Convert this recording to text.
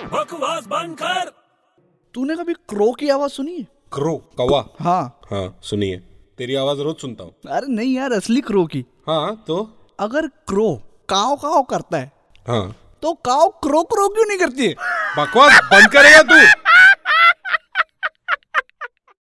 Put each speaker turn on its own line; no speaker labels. आवाज बंद कर
तूने कभी क्रो की आवाज सुनी है
क्रो कौवा
हाँ
हाँ सुनिए तेरी आवाज रोज सुनता हूँ
अरे नहीं यार असली क्रो की
हाँ तो
अगर क्रो काव काव करता है
हाँ
तो काव क्रो क्रो क्यों नहीं करती है
बकवास बंद करेगा तू